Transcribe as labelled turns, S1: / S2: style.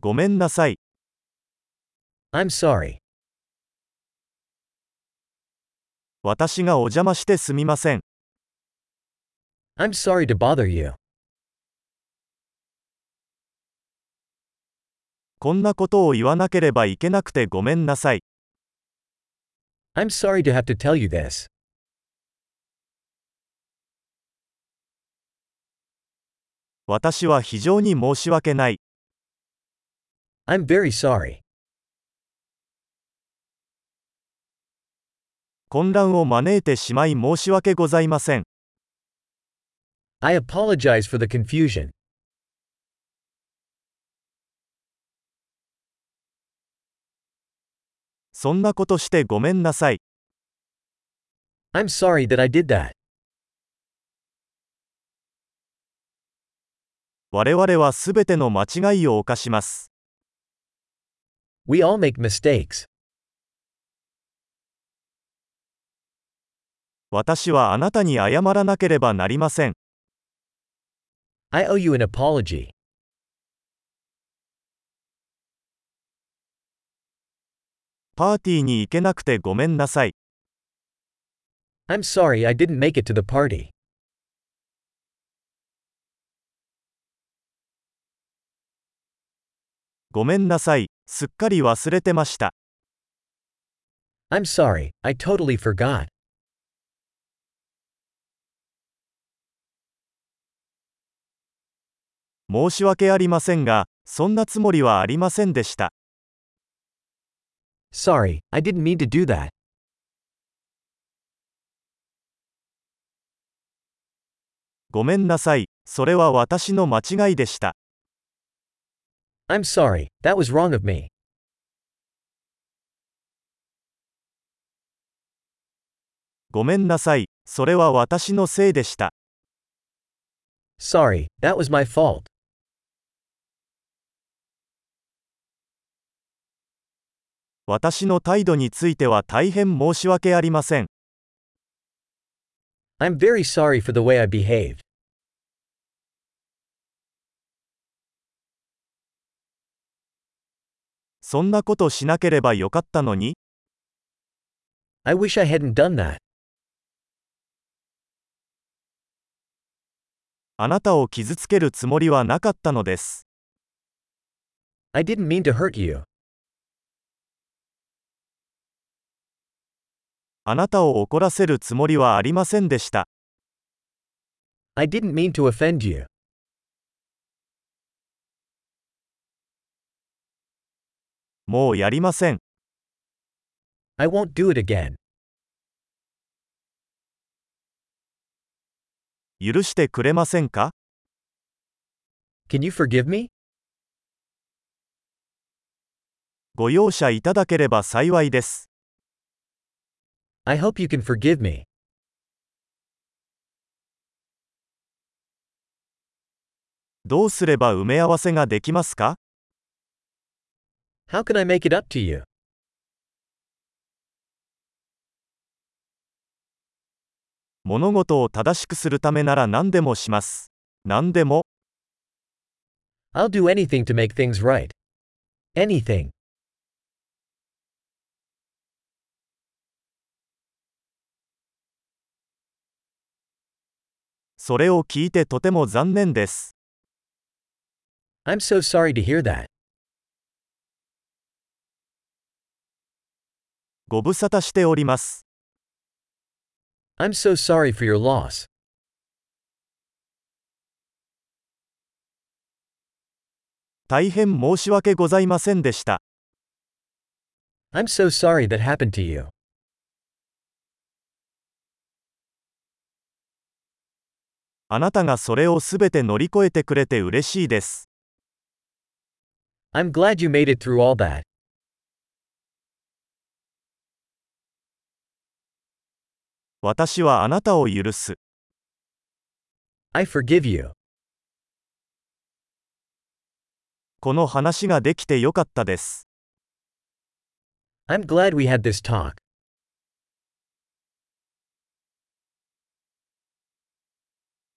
S1: ごめんなさい。
S2: I'm sorry.
S1: 私がお邪魔してすみません。
S2: I'm sorry to bother you.
S1: こんなことを言わなければいけなくてごめんなさい。
S2: I'm sorry to have to tell you this.
S1: 私は非常に申し訳ない。
S2: I'm very sorry.
S1: 混乱を招いてしまい申し訳ございません。
S2: I apologize for the confusion.
S1: そんなことしてごめんなさい。
S2: I'm sorry that I did that.
S1: 我々はすべての間違いを犯します。
S2: We all make mistakes.
S1: 私はあなたに謝らなければなりません。
S2: I owe you an apology.
S1: パーティーに行けなくてごめんなさい。
S2: I'm sorry I didn't make it to the party.
S1: ごめんなさい。すっかり忘れてました。
S2: I'm sorry, I totally forgot.
S1: 申し訳ありませんが、そんなつもりはありませんでした。
S2: Sorry, I didn't mean to do that.
S1: ごめんなさい。それは私の間違いでした。
S2: I'm sorry, that was wrong of me.
S1: ごめんなさい。それは私のせいでした。
S2: Sorry, that was my fault.
S1: 私の態度については大変申し訳ありません。
S2: I'm very sorry for the way I behaved.
S1: そんなことしなければよかったのに、
S2: I wish I hadn't done that.
S1: あなたを傷つけるつもりはなかったのです。
S2: I didn't mean to hurt you.
S1: あなたを怒らせるつもりはありませんでした。
S2: I didn't mean to offend you.
S1: もうやりません。
S2: I won't do it again.
S1: 許してくれませんか
S2: Can you forgive me?
S1: ご容赦いただければ幸いです。
S2: I hope you can forgive me.
S1: どうすれば埋め合わせができますか
S2: How can I make it up to you?
S1: 物事を正しくするためなら何でもします。何でも、
S2: I'll do anything to make things right. Anything.
S1: それを聞いてとても残念です。
S2: I'm so sorry to hear that.
S1: ご無沙汰しております。
S2: I'm so sorry for your loss.
S1: 大変申し訳ございませんでした。
S2: I'm so sorry that happened to you.
S1: あなたがそれをすべて乗り越えてくれて嬉しいです。
S2: I'm glad you made it through all that.
S1: 私はあなたを許す。
S2: I forgive you.
S1: この話ができてよかったです。
S2: I'm glad we had this talk.